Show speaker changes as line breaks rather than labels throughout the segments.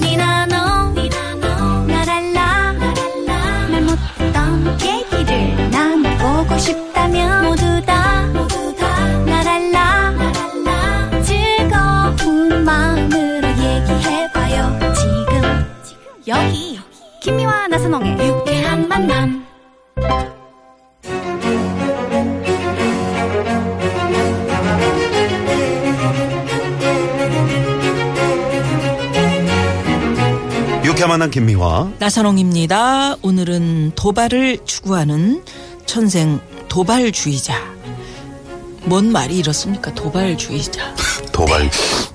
니나 너 나랄라 말 못했던 얘기를 나눠보고 싶다면 모두 다 나랄라 즐거운 마음으로 얘기해봐요 지금 여기 김미와 나선홍의 유쾌한 만남
유쾌 만난 김미화.
나선홍입니다. 오늘은 도발을 추구하는 천생 도발주의자. 뭔 말이 이렇습니까? 도발주의자.
도발,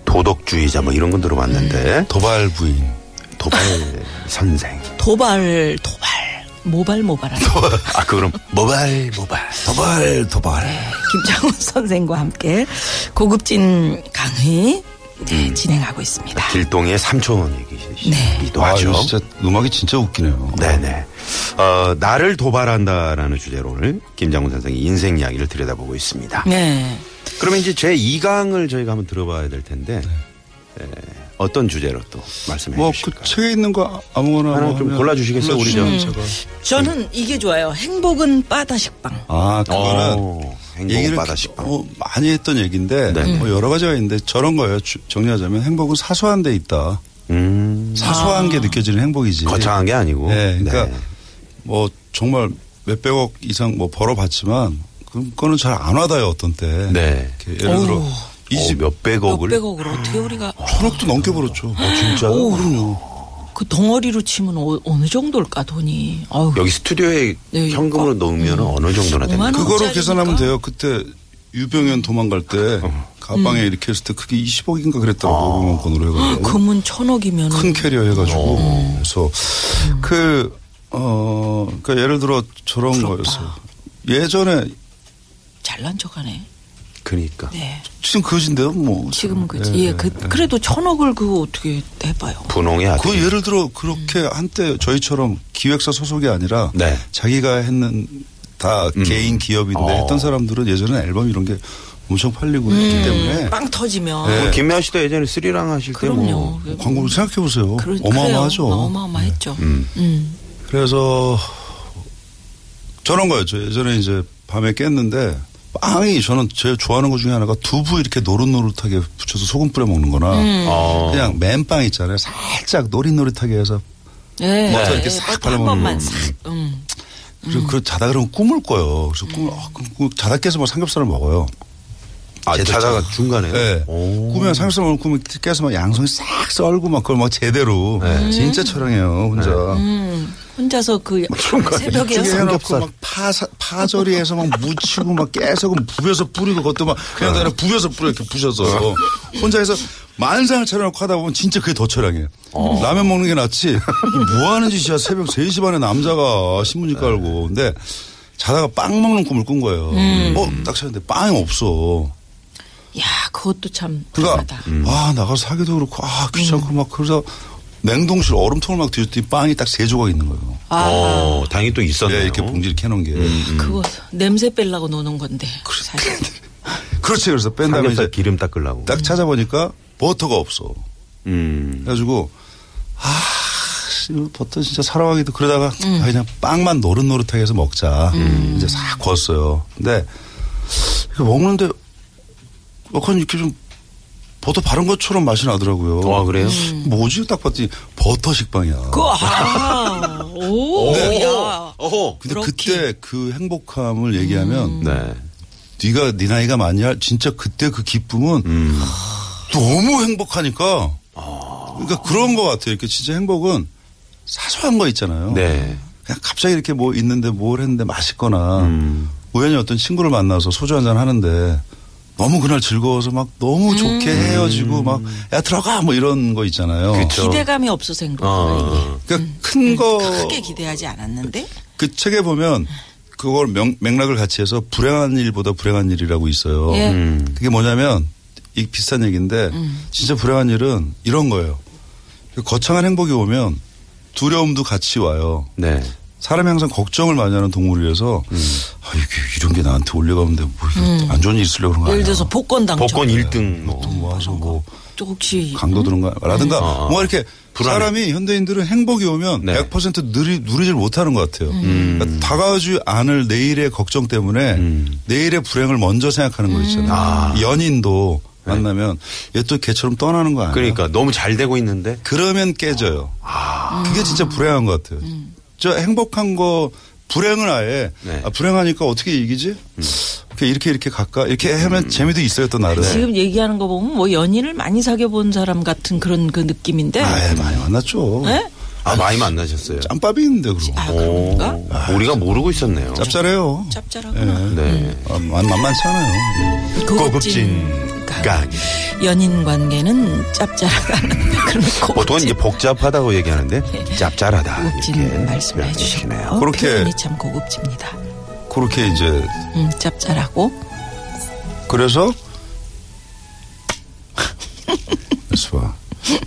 도덕주의자 뭐 이런 건
네,
들어봤는데. 도발 부인. 도발 선생.
도발, 도발. 모발, 모발하는
아, 그럼 모발, 모발. 도발, 도발.
네,
김장훈 선생과 함께 고급진 강의 네, 진행하고 있습니다.
음. 아, 길동의 삼촌 얘기이기도
아,
하죠.
이거 진짜 음악이 진짜 웃기네요.
네네. 어, 나를 도발한다라는 주제로 오늘 김장훈 선생의 인생 이야기를 들여다보고 있습니다.
네.
그러면 이제 제 2강을 저희가 한번 들어봐야 될 텐데. 에, 어떤 주제로 또 말씀해
네. 뭐그
주실까요?
책에 있는 거 아무거나
네. 하나
뭐
좀
하면
골라주시겠어요, 우리 저?
골라주시면 제가.
저는 이게 좋아요. 행복은 빠다식빵.
아, 그거는
오, 어, 행복은
얘기를
바다식빵.
어, 많이 했던 얘기인데
네.
뭐 여러 가지가 있는데 저런 거예요. 주- 정리하자면 행복은 사소한 데 있다.
음.
사소한 게 느껴지는 행복이지.
예. 거창한 게 아니고.
네, 그러니까 뭐 정말 몇백억 이상 뭐 벌어봤지만 그- 그거는 잘 안 와닿아요 어떤 때.
네.
이렇게 예를 들어
오.
이집
20,
몇백억을. 음.
몇백억으로 어떻게 우리가.
천억도 넘게 벌었죠.
어,
어,
진짜
오, 그 덩어리로 치면 어, 어느 정도일까, 돈이. 어우,
여기 스튜디오에
네,
현금으로
이거.
넣으면 어느 정도나
오만
됩니까?
원?
그거로
원짜리니까?
계산하면 돼요. 그때 유병현 도망갈 때 가방에
음.
이렇게 했을 때 그게 20억인가
아.
그랬더라고. 그런 건으로 해가지고.
금은 천억이면.
큰 캐리어 해가지고. 그래서 그, 어, 그러니까 예를 들어 저런 거였어요. 예전에
잘난 척하네.
그러니까.
네.
지금 그것인데요, 뭐.
지금은 그지. 예, 그,
네.
그래도 천억을 그 어떻게 해봐요.
분홍의 아들.
그
네.
예를 들어 그렇게 한때 저희처럼 기획사 소속이 아니라
네.
자기가 했는 다
음.
개인 기업인데
어.
했던 사람들은 예전에 앨범 이런 게 엄청 팔리고
음.
했기 때문에
빵 터지면.
네.
김미아 씨도 예전에 스리랑 하실 때
그럼요.
뭐.
그-
광고를 생각해 보세요.
그러-
어마어마하죠. 네.
그래요. 어마어마했죠. 음.
그래서 저런 거였죠. 예전에 이제 밤에 깼는데 빵이 저는 제일 좋아하는 것 중에 하나가 두부 이렇게 노릇노릇하게 부쳐서 소금 뿌려 먹는 거나
어.
그냥 맨빵 있잖아요. 살짝 노릇노릇하게 해서
예.
먼저 뭐 이렇게
예,
싹
한
발라먹는
번만
거.
싹. 음.
그리고 그 자다 그러면 꿈을 꿔요. 그래서 꿈을 아, 그럼 그 자다 깨서 막 삼겹살을 먹어요.
네.
아,
제대로
자다가 중간에.
예.
오.
꾸면 삼겹살 먹으면 꿈이 깨서 막 양손이 싹 썰고 막 그걸 막 제대로
네.
진짜 촬영해요 혼자.
혼자서 그
뭐
새벽에
그러니까 이쪽에 해놓고
삼겹살.
막 파사, 파절이해서 막 무치고 막 계속 부벼서 뿌리고 그것도 막 그냥 다 부벼서 뿌려 이렇게 부셔서 혼자 해서 만상을 차려놓고 하다 보면 진짜 그게 더 처량해요.
어.
라면 먹는 게 낫지. 이뭐 하는 짓이야 새벽 3시 반에 남자가 신문지
네.
깔고. 근데 자다가 빵 먹는 꿈을 꾼 거예요.
음.
어, 딱 찾는데 빵이 없어.
야, 그것도 참
그러니까
대단하다. 음.
아 나가서 사기도 그렇고 아 귀찮고 막 그래서 냉동실 얼음통을 막 뒤졌더니 빵이 딱 세 조각 있는 거예요.
아, 음.
어, 당연히 또 있었네요.
예, 이렇게 봉지 이렇게 해놓은 게.
그거 냄새 빼려고 노는 건데.
그러니까.
사실.
그렇지 그래서 뺀 다음에
삼겹살
이제
기름 닦으려고.
딱 찾아보니까 버터가 없어.
음.
그래가지고 아 씨, 이거 버터 진짜 사러가기도 그러다가
음.
아, 그냥 빵만 노릇노릇하게 해서 먹자. 이제 싹 구웠어요. 근데 이거 먹는데 약간 이렇게 좀 버터 바른 것처럼 맛이 나더라고요.
아, 그래요?
뭐지? 딱 봤더니 버터 식빵이야.
음. 그, 아, 오, 야.
어허.
근데
그렇게. 음.
그때 그 행복함을 얘기하면
네.
네가 네 나이가 많냐? 진짜 그때 그 기쁨은
음.
너무 행복하니까.
아.
그러니까 그런 것 같아요. 이렇게 진짜 행복은 사소한 거 있잖아요.
네.
그냥 갑자기 이렇게 뭐 있는데 뭘 했는데 맛있거나
음.
우연히 어떤 친구를 만나서 소주 한 잔 하는데 너무 그날 즐거워서 막 너무 좋게 헤어지고 막 야 들어가 뭐 이런 거 있잖아요.
음. 그쵸.
기대감이 없어서
어,
행복하네.
어.
그러니까 큰 거.
음, 크게 기대하지 않았는데.
그 책에 보면 그걸 명- 맥락을 같이 해서 불행한 일보다 불행한 일이라고 있어요. 음.
예.
그게 뭐냐면 이 비슷한 얘기인데
음.
진짜 불행한 일은 그 이런 거예요. 거창한 행복이 오면 두려움도 같이 와요.
네.
사람이 항상 걱정을 많이 하는 동물이라서
음.
아, 이게 이런 게 나한테 올려가면 내가 뭐안 좋은 일 있으려고 그런 거
예를
아니야.
들어서 복권 당첨.
복권 1등 뭐.
뭐 와서 뭐
저 혹시
강도 들은가라든가 뭐 이렇게
음. 어, 불안해.
사람이 현대인들은 행복이 오면
네. 음.
100% 누리, 누리질 못하는 것 같아요. 그러니까 다가오지 않을 내일의 걱정 때문에
음.
내일의 불행을 먼저 생각하는 거 있잖아요. 연인도 만나면 얘 또 걔처럼 떠나는 거 아니야?
네. 그러니까 너무 잘 되고 있는데
그러면 깨져요.
아.
그게 진짜 불행한 것 같아요.
음.
저 행복한 거 불행을 아예
네. 음.
아, 불행하니까 어떻게 이기지? 이렇게 이렇게 이렇게 갈까? 이렇게 하면 재미도 있어요 또
네.
나름.
지금 얘기하는 거 보면 뭐 연인을 많이 사귀어 본 사람 같은 그런 그 느낌인데.
아예 많이 만났죠.
예?
아 많이 만나셨어요.
짬밥이 있는데 그럼.
아,
오,
그런가?
우리가 모르고 있었네요.
짭짤해요.
짭짤하구나.
네.
아, 만, 만만찮아요.
각.
연인 관계는 짭짤하다는 그런
보통은
고급진,
이제 복잡하다고 얘기하는데 짭짤하다 이렇게
고급진 말씀을 해주셨네요.
그렇게-
표현이 참 고급집니다.
그렇게 이제
음, 짭짤하고
그래서 수아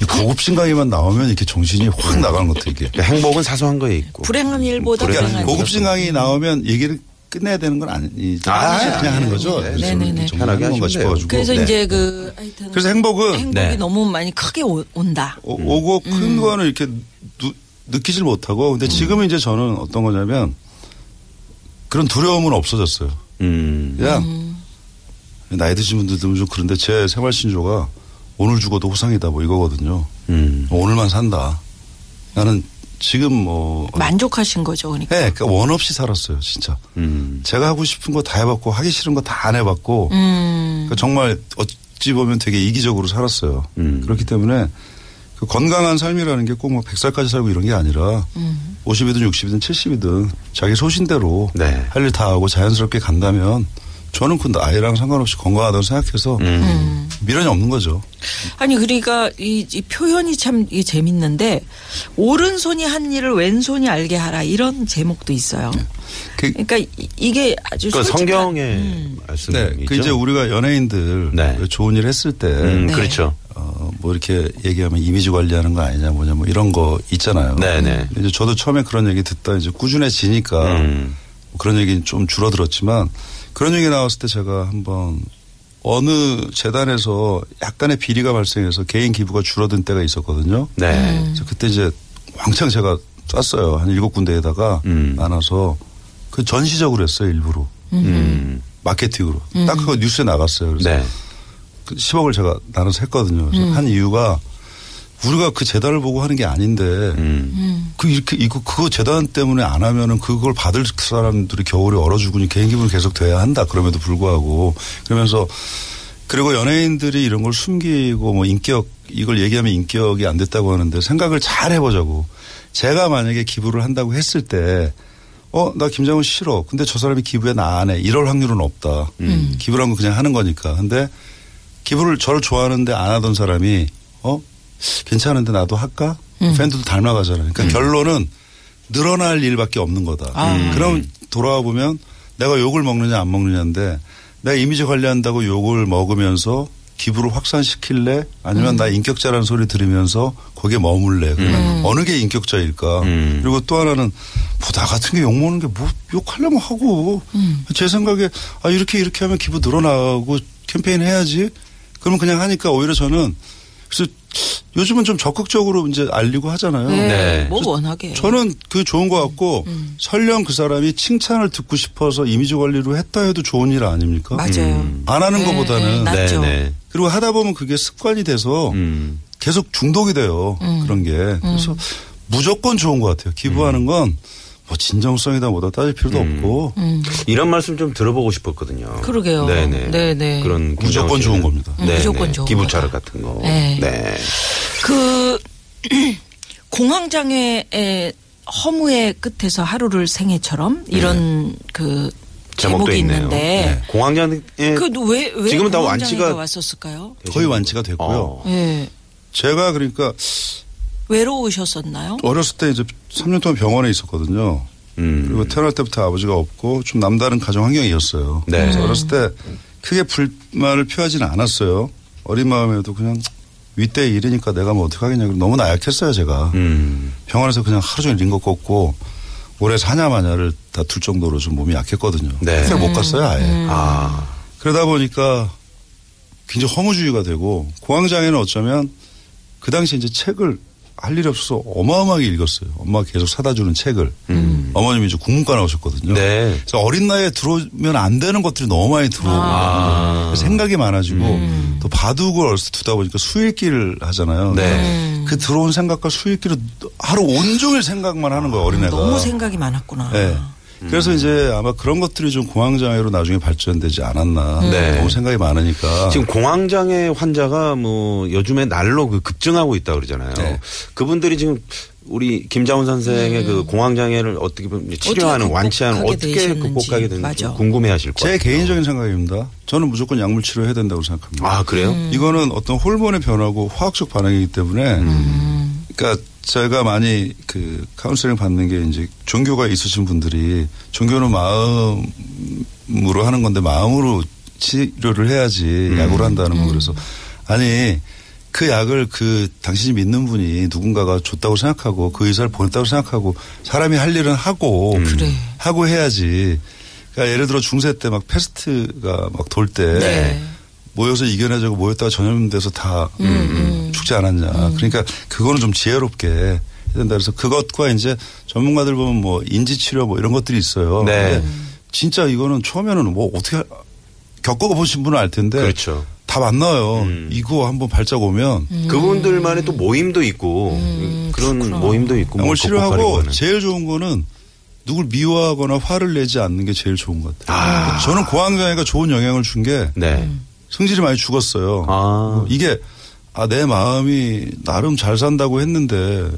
이 고급진 강의만 나오면 이렇게 정신이 확 나가는 것같 이게.
그러니까 행복은 사소한 거에 있고
불행한 일보다
불행한
불행한
그러니까
일.
고급진 강의 나오면 얘기를 끝내야 되는 건 아니지.
아,
그냥
아니에요.
하는 거죠.
네.
그래서
네네네.
이렇게 정리하는
편하게
건가
하시면
싶어가지고.
그래서
네.
이제 그 하여튼
그래서 행복은
행복이
네.
너무 많이 크게 오- 온다.
오- 오고
음.
큰 거는 이렇게 누- 느끼질 못하고 근데
음.
지금 이제 저는 어떤 거냐면 그런 두려움은 없어졌어요.
음.
그냥 나이 드신 분들도 좀 그런데 제 생활 신조가 오늘 죽어도 호상이다 뭐 이거거든요.
음.
오늘만 산다. 나는 지금 뭐
만족하신 거죠, 그러니까.
예, 그러니까 원 없이 살았어요, 진짜.
음.
제가 하고 싶은 거 다 해봤고 하기 싫은 거 다 안 해봤고
음.
그러니까 정말 어찌 보면 되게 이기적으로 살았어요.
음.
그렇기 때문에 그 건강한 삶이라는 게 꼭 뭐 100살까지 살고 이런 게 아니라 50이든 60이든 70이든 자기 소신대로
네.
할 일 다 하고 자연스럽게 간다면 저는 그 나이랑 상관없이 건강하다고 생각해서
음.
미련이 없는 거죠.
아니 그러니까 이, 이 표현이 참 이 재밌는데 오른손이 한 일을 왼손이 알게 하라 이런 제목도 있어요.
그,
그러니까 이- 이게 아주
네. 그
솔직한- 음.
성경의 말씀이죠.
네, 그 이제 우리가 연예인들 그
네.
좋은 일 했을 때
음,
네.
그렇죠.
어, 뭐 이렇게 얘기하면 이미지 관리하는 거 아니냐 뭐냐 뭐 이런 거 있잖아요.
네네.
근데 이제 저도 처음에 그런 얘기 듣다 이제 꾸준해지니까
음.
뭐 그런 얘기는 좀 줄어들었지만 그런 얘기 나왔을 때 제가 한번 어느 재단에서 약간의 비리가 발생해서 개인 기부가 줄어든 때가 있었거든요.
네.
그래서 그때 이제 왕창 제가 쐈어요. 한 일곱 군데에다가
음.
나눠서 그 전시적으로 했어요. 일부러.
음.
마케팅으로. 딱 그거 뉴스에 나갔어요. 그래서
네.
그 10억을 제가 나눠서 했거든요. 그래서 한 이유가 우리가 그 재단을 보고 하는 게 아닌데
음.
그 이렇게 이거 그거 재단 때문에 안 하면은 그걸 받을 사람들이 겨울에 얼어 죽으니 개인 기부는 계속 돼야 한다. 그럼에도 불구하고 그러면서 그리고 연예인들이 이런 걸 숨기고 뭐 인격 이걸 얘기하면 인격이 안 됐다고 하는데 생각을 잘 해보자고 제가 만약에 기부를 한다고 했을 때 어, 나 김장훈 싫어. 근데 저 사람이 기부에 나 안 해. 이럴 확률은 없다. 기부란 건 그냥 하는 거니까. 근데 기부를 저를 좋아하는데 안 하던 사람이 어 괜찮은데 나도 할까 팬들도 닮아가잖아요 그러니까 결론은 늘어날 일밖에 없는 거다 음. 그럼 돌아와 보면 내가 욕을 먹느냐 안 먹느냐인데 내가 이미지 관리한다고 욕을 먹으면서 기부를 확산시킬래 아니면 나 인격자라는 소리 들으면서 거기에 머물래 그럼 어느 게 인격자일까 그리고 또 하나는 뭐 나 같은 게 욕 먹는 게 뭐 욕하려면 하고 제 생각에 아 이렇게 이렇게 하면 기부 늘어나고 캠페인 해야지 그러면 그냥 하니까 오히려 저는 그래서 요즘은 좀 적극적으로 이제 알리고 하잖아요.
네.
네.
뭐 워낙에
저는 그 좋은 것
음,
같고 설령 그 사람이 칭찬을 듣고 싶어서 이미지 관리로 했다 해도 좋은 일 아닙니까?
맞아요.
안 하는
네, 네,
것보다는
낫죠.
음. 네.
그리고 하다 보면 그게 습관이 돼서
음.
계속 중독이 돼요.
음.
그런 게. 그래서 무조건 좋은 것 같아요.
음.
기부하는 건 뭐 진정성이다 뭐다 따질 필요도 없고
음.
이런 말씀 좀 들어보고 싶었거든요.
그러게요.
네네.
네네.
그런
무조건
김정은
좋은
씨는. 네,
겁니다.
음, 무조건 좋은
기부
거다.
차력 같은 거.
네.
네.
그 공황 장애의 허무의 끝에서 하루를 생애처럼 이런 그
네. 제목도
제목이
있네요.
있는데
공황장애
그왜왜
지금은 다
공황
완치가-
장애가 왔었을까요?
거의 완치가 됐고요.
어.
예.
제가 그러니까
외로우셨었나요?
어렸을 때 이제 3년 동안 병원에 있었거든요.
음.
그리고 태어날 때부터 아버지가 없고 좀 남다른 가정 환경이었어요.
네.
그래서 어렸을 때 크게 불만을 표하지는 않았어요. 어린 마음에도 그냥 윗대 일이니까 내가 뭐 어떻게 하겠냐. 그리고 너무 나약했어요 제가.
음.
병원에서 그냥 하루 종일 링거 꽂고 올해 사냐마냐를 다툴 정도로 좀 몸이 약했거든요.
네.
그때 못 갔어요 아예.
아,
그러다 보니까 굉장히 허무주의가 되고 공황장애는 어쩌면 그 당시 이제 책을 할 일이 없어서 어마어마하게 읽었어요. 엄마가 계속 사다 주는 책을. 어머님이 이제 국문과 나오셨거든요.
음. 네.
그래서 어린 나이에 들어오면 안 되는 것들이 너무 많이 들어오고 그래서 생각이 많아지고 또 바둑을 어렸을 때 두다 보니까 수일기를 하잖아요.
네.
그 들어온 생각과 수일기를 하루 온종일 생각만 하는 거예요 어린애가.
아, 너무 생각이 많았구나.
네. 그래서 이제 아마 그런 것들이 좀 공황장애로 나중에 발전되지 않았나.
네.
너무 생각이 많으니까.
지금 공황장애 환자가 뭐 요즘에 날로 그 급증하고 있다 그러잖아요.
네.
그분들이 지금 우리 김자훈 선생의 그 공황장애를 어떻게 보면 치료하는
음. 어떻게
완치하는
극복하게
어떻게
되셨는지.
극복하게 되는지
맞아.
궁금해하실 거예요.
제 개인적인 생각입니다. 저는 무조건 약물 치료해야 된다고 생각합니다.
아 그래요?
음.
이거는 어떤 호르몬의 변화고 화학적 반응이기 때문에
음.
그러니까 제가 많이 그 카운슬링 받는 게 이제 종교가 있으신 분들이 종교는 마음으로 하는 건데 마음으로 치료를
음.
해야지 약으로 한다는 거 그래서 아니 그 약을 그 당신이 믿는 분이 누군가가 줬다고 생각하고 그 의사를 보냈다고 생각하고 사람이 할 일은 하고
음. 그래.
하고 해야지 그러니까 예를 들어 중세 때 막 패스트가 막 돌때
네.
모여서 이겨내자고 모였다가 전염돼서 다 죽지 않았냐. 그러니까 그거는 좀 지혜롭게 해야 된다. 그래서 그것과 이제 전문가들 보면 뭐 인지치료 뭐 이런 것들이 있어요.
네.
근데 진짜 이거는 처음에는 뭐 어떻게 할- 겪어보신 분은 알 텐데.
그렇죠. 음.
답 안 나와요. 이거 한번 발작 오면
그분들만의 또 모임도 있고
음,
그런 모임도 있고 뭐 극복하는
양을 어, 치료하고
거는.
제일 좋은 거는 누굴 미워하거나 화를 내지 않는 게 제일 좋은 것 같아요. 저는 고황장애가 좋은 영향을 준게
네.
음.
성질이 많이 죽었어요.
아.
이게 아, 내 마음이 나름 잘 산다고 했는데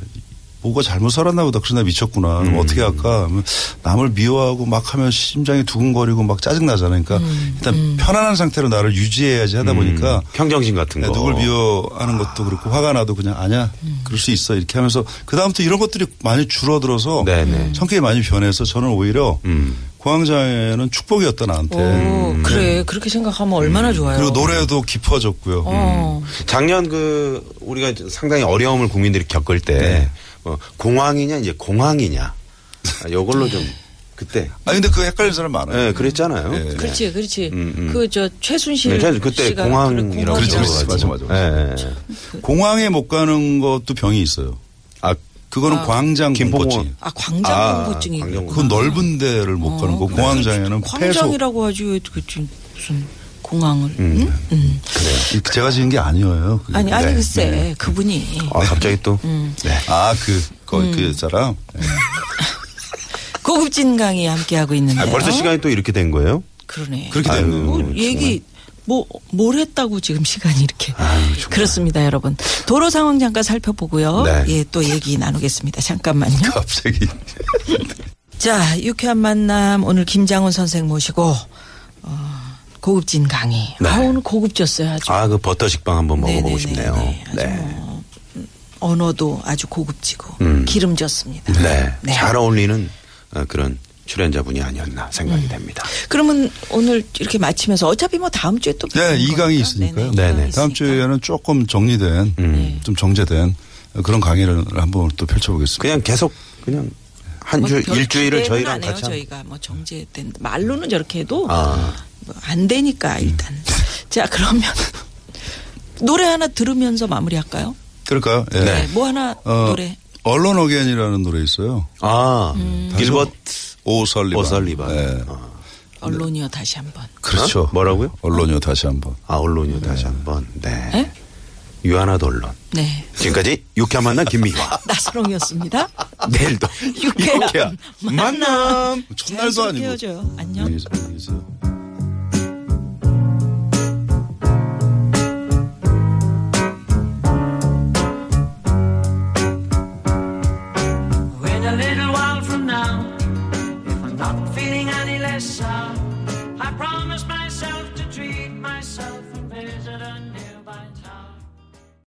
뭐가 잘못 살았나 보다. 그러나 미쳤구나. 그럼 어떻게 할까? 하면 남을 미워하고 막 하면 심장이 두근거리고 막 짜증나잖아요. 그러니까 일단 편안한 상태로 나를 유지해야지 하다 보니까
평정심 같은 거.
네, 누굴 미워하는 것도 그렇고 화가 나도 그냥 아니야 그럴 수 있어 이렇게 하면서 그 다음부터 이런 것들이 많이 줄어들어서
네네.
성격이 많이 변해서 저는 오히려
음.
공황장애는 축복이었다 나한테
오, 그래 그렇게 생각하면 얼마나 좋아요.
그리고 노래도 깊어졌고요. 음.
어.
음. 작년 그 우리가 상당히 어려움을 국민들이 겪을 때
네.
어, 공황이냐 이제 공황이냐 아, 요걸로 좀
네.
그때
아 근데 그거 헷갈리는 사람 많아요.
예, 그랬잖아요.
네.
그렇지, 그렇지.
음, 음.
그 저
네,
최순실
저는 그때
씨가
공황이라고
그렇지, 그렇지.
들어가지고.
맞아, 맞아, 맞아.
예, 예.
공항에 못 가는 것도 병이 있어요.
아
그거는 광장
김포공항.
공포증.
아
아,
광장 공포증이
광장
그건 넓은 데를 못 가는 거. 공항장에는 폐소.
어, 광장이라고 하지 왜 그치 무슨 공항을?
음.
응? 음.
네. 그 제가 지은 게 아니에요. 그게.
아니 아니
네.
글쎄 그분이
아, 갑자기 또
음.
네.
아, 그, 그, 그 사람?
고급진 강의 함께 하고 있는데.
아, 벌써 시간이 또 이렇게 된 거예요?
그러네.
그렇게
아유,
되는
뭐
정말.
얘기 뭐 뭘 했다고 지금 시간이 이렇게 그렇습니다 여러분 도로 상황 잠깐 살펴보고요
네.
예 또 얘기 나누겠습니다 잠깐만요
갑자기.
자 유쾌한 만남 오늘 김장훈 선생 모시고 어, 고급진 강의 아 오늘 고급졌어요 아주
아 그 버터 식빵 한번 먹어보고
네네네네.
싶네요.
아주
네.
뭐, 음, 언어도 아주 고급지고 기름졌습니다
네.
네.
잘 어울리는 어, 그런 출연자분이 아니었나
음.
생각이 됩니다.
그러면 오늘 이렇게 마치면서 어차피 뭐 다음 주에 또
네,
뵙는
이 강의
거니까. 네네,
있으니까요.
이 네.
네네. 음.
강의
다음
있으니까.
주에는 조금 정리된, 좀 정제된 그런 강의를 한번 또 펼쳐보겠습니다.
그냥 계속 그냥 한
뭐
주
별
일주일을
기대는
저희랑
안 해요,
같이 한-
저희가 뭐 정제된 말로는 저렇게 해도
아. 음.
뭐안 되니까 일단 자 그러면 노래 하나 들으면서 마무리할까요?
그럴까요? 예.
네, 뭐 하나
어,
노래
언론 어게인이라는 노래 있어요.
아
음.
길버트
오설리반.
오설리반.
예.
어.
언론이요 다시 한번
그렇죠.
어? 뭐라고요?
언론요 다시 한번.
아 언론이요 다시 한번. 네.
예?
유한아도 언론.
네
지금까지 유쾌한 만남 김미화.
나선홍이었습니다.
내일도
유쾌한
만남. 네,
첫날도 아니고. 네,
헤어져요. 안녕.
안녕히 계세요. 안녕히 계세요.
Wait a little while from now, if I'm not feeling any less sour, I promise myself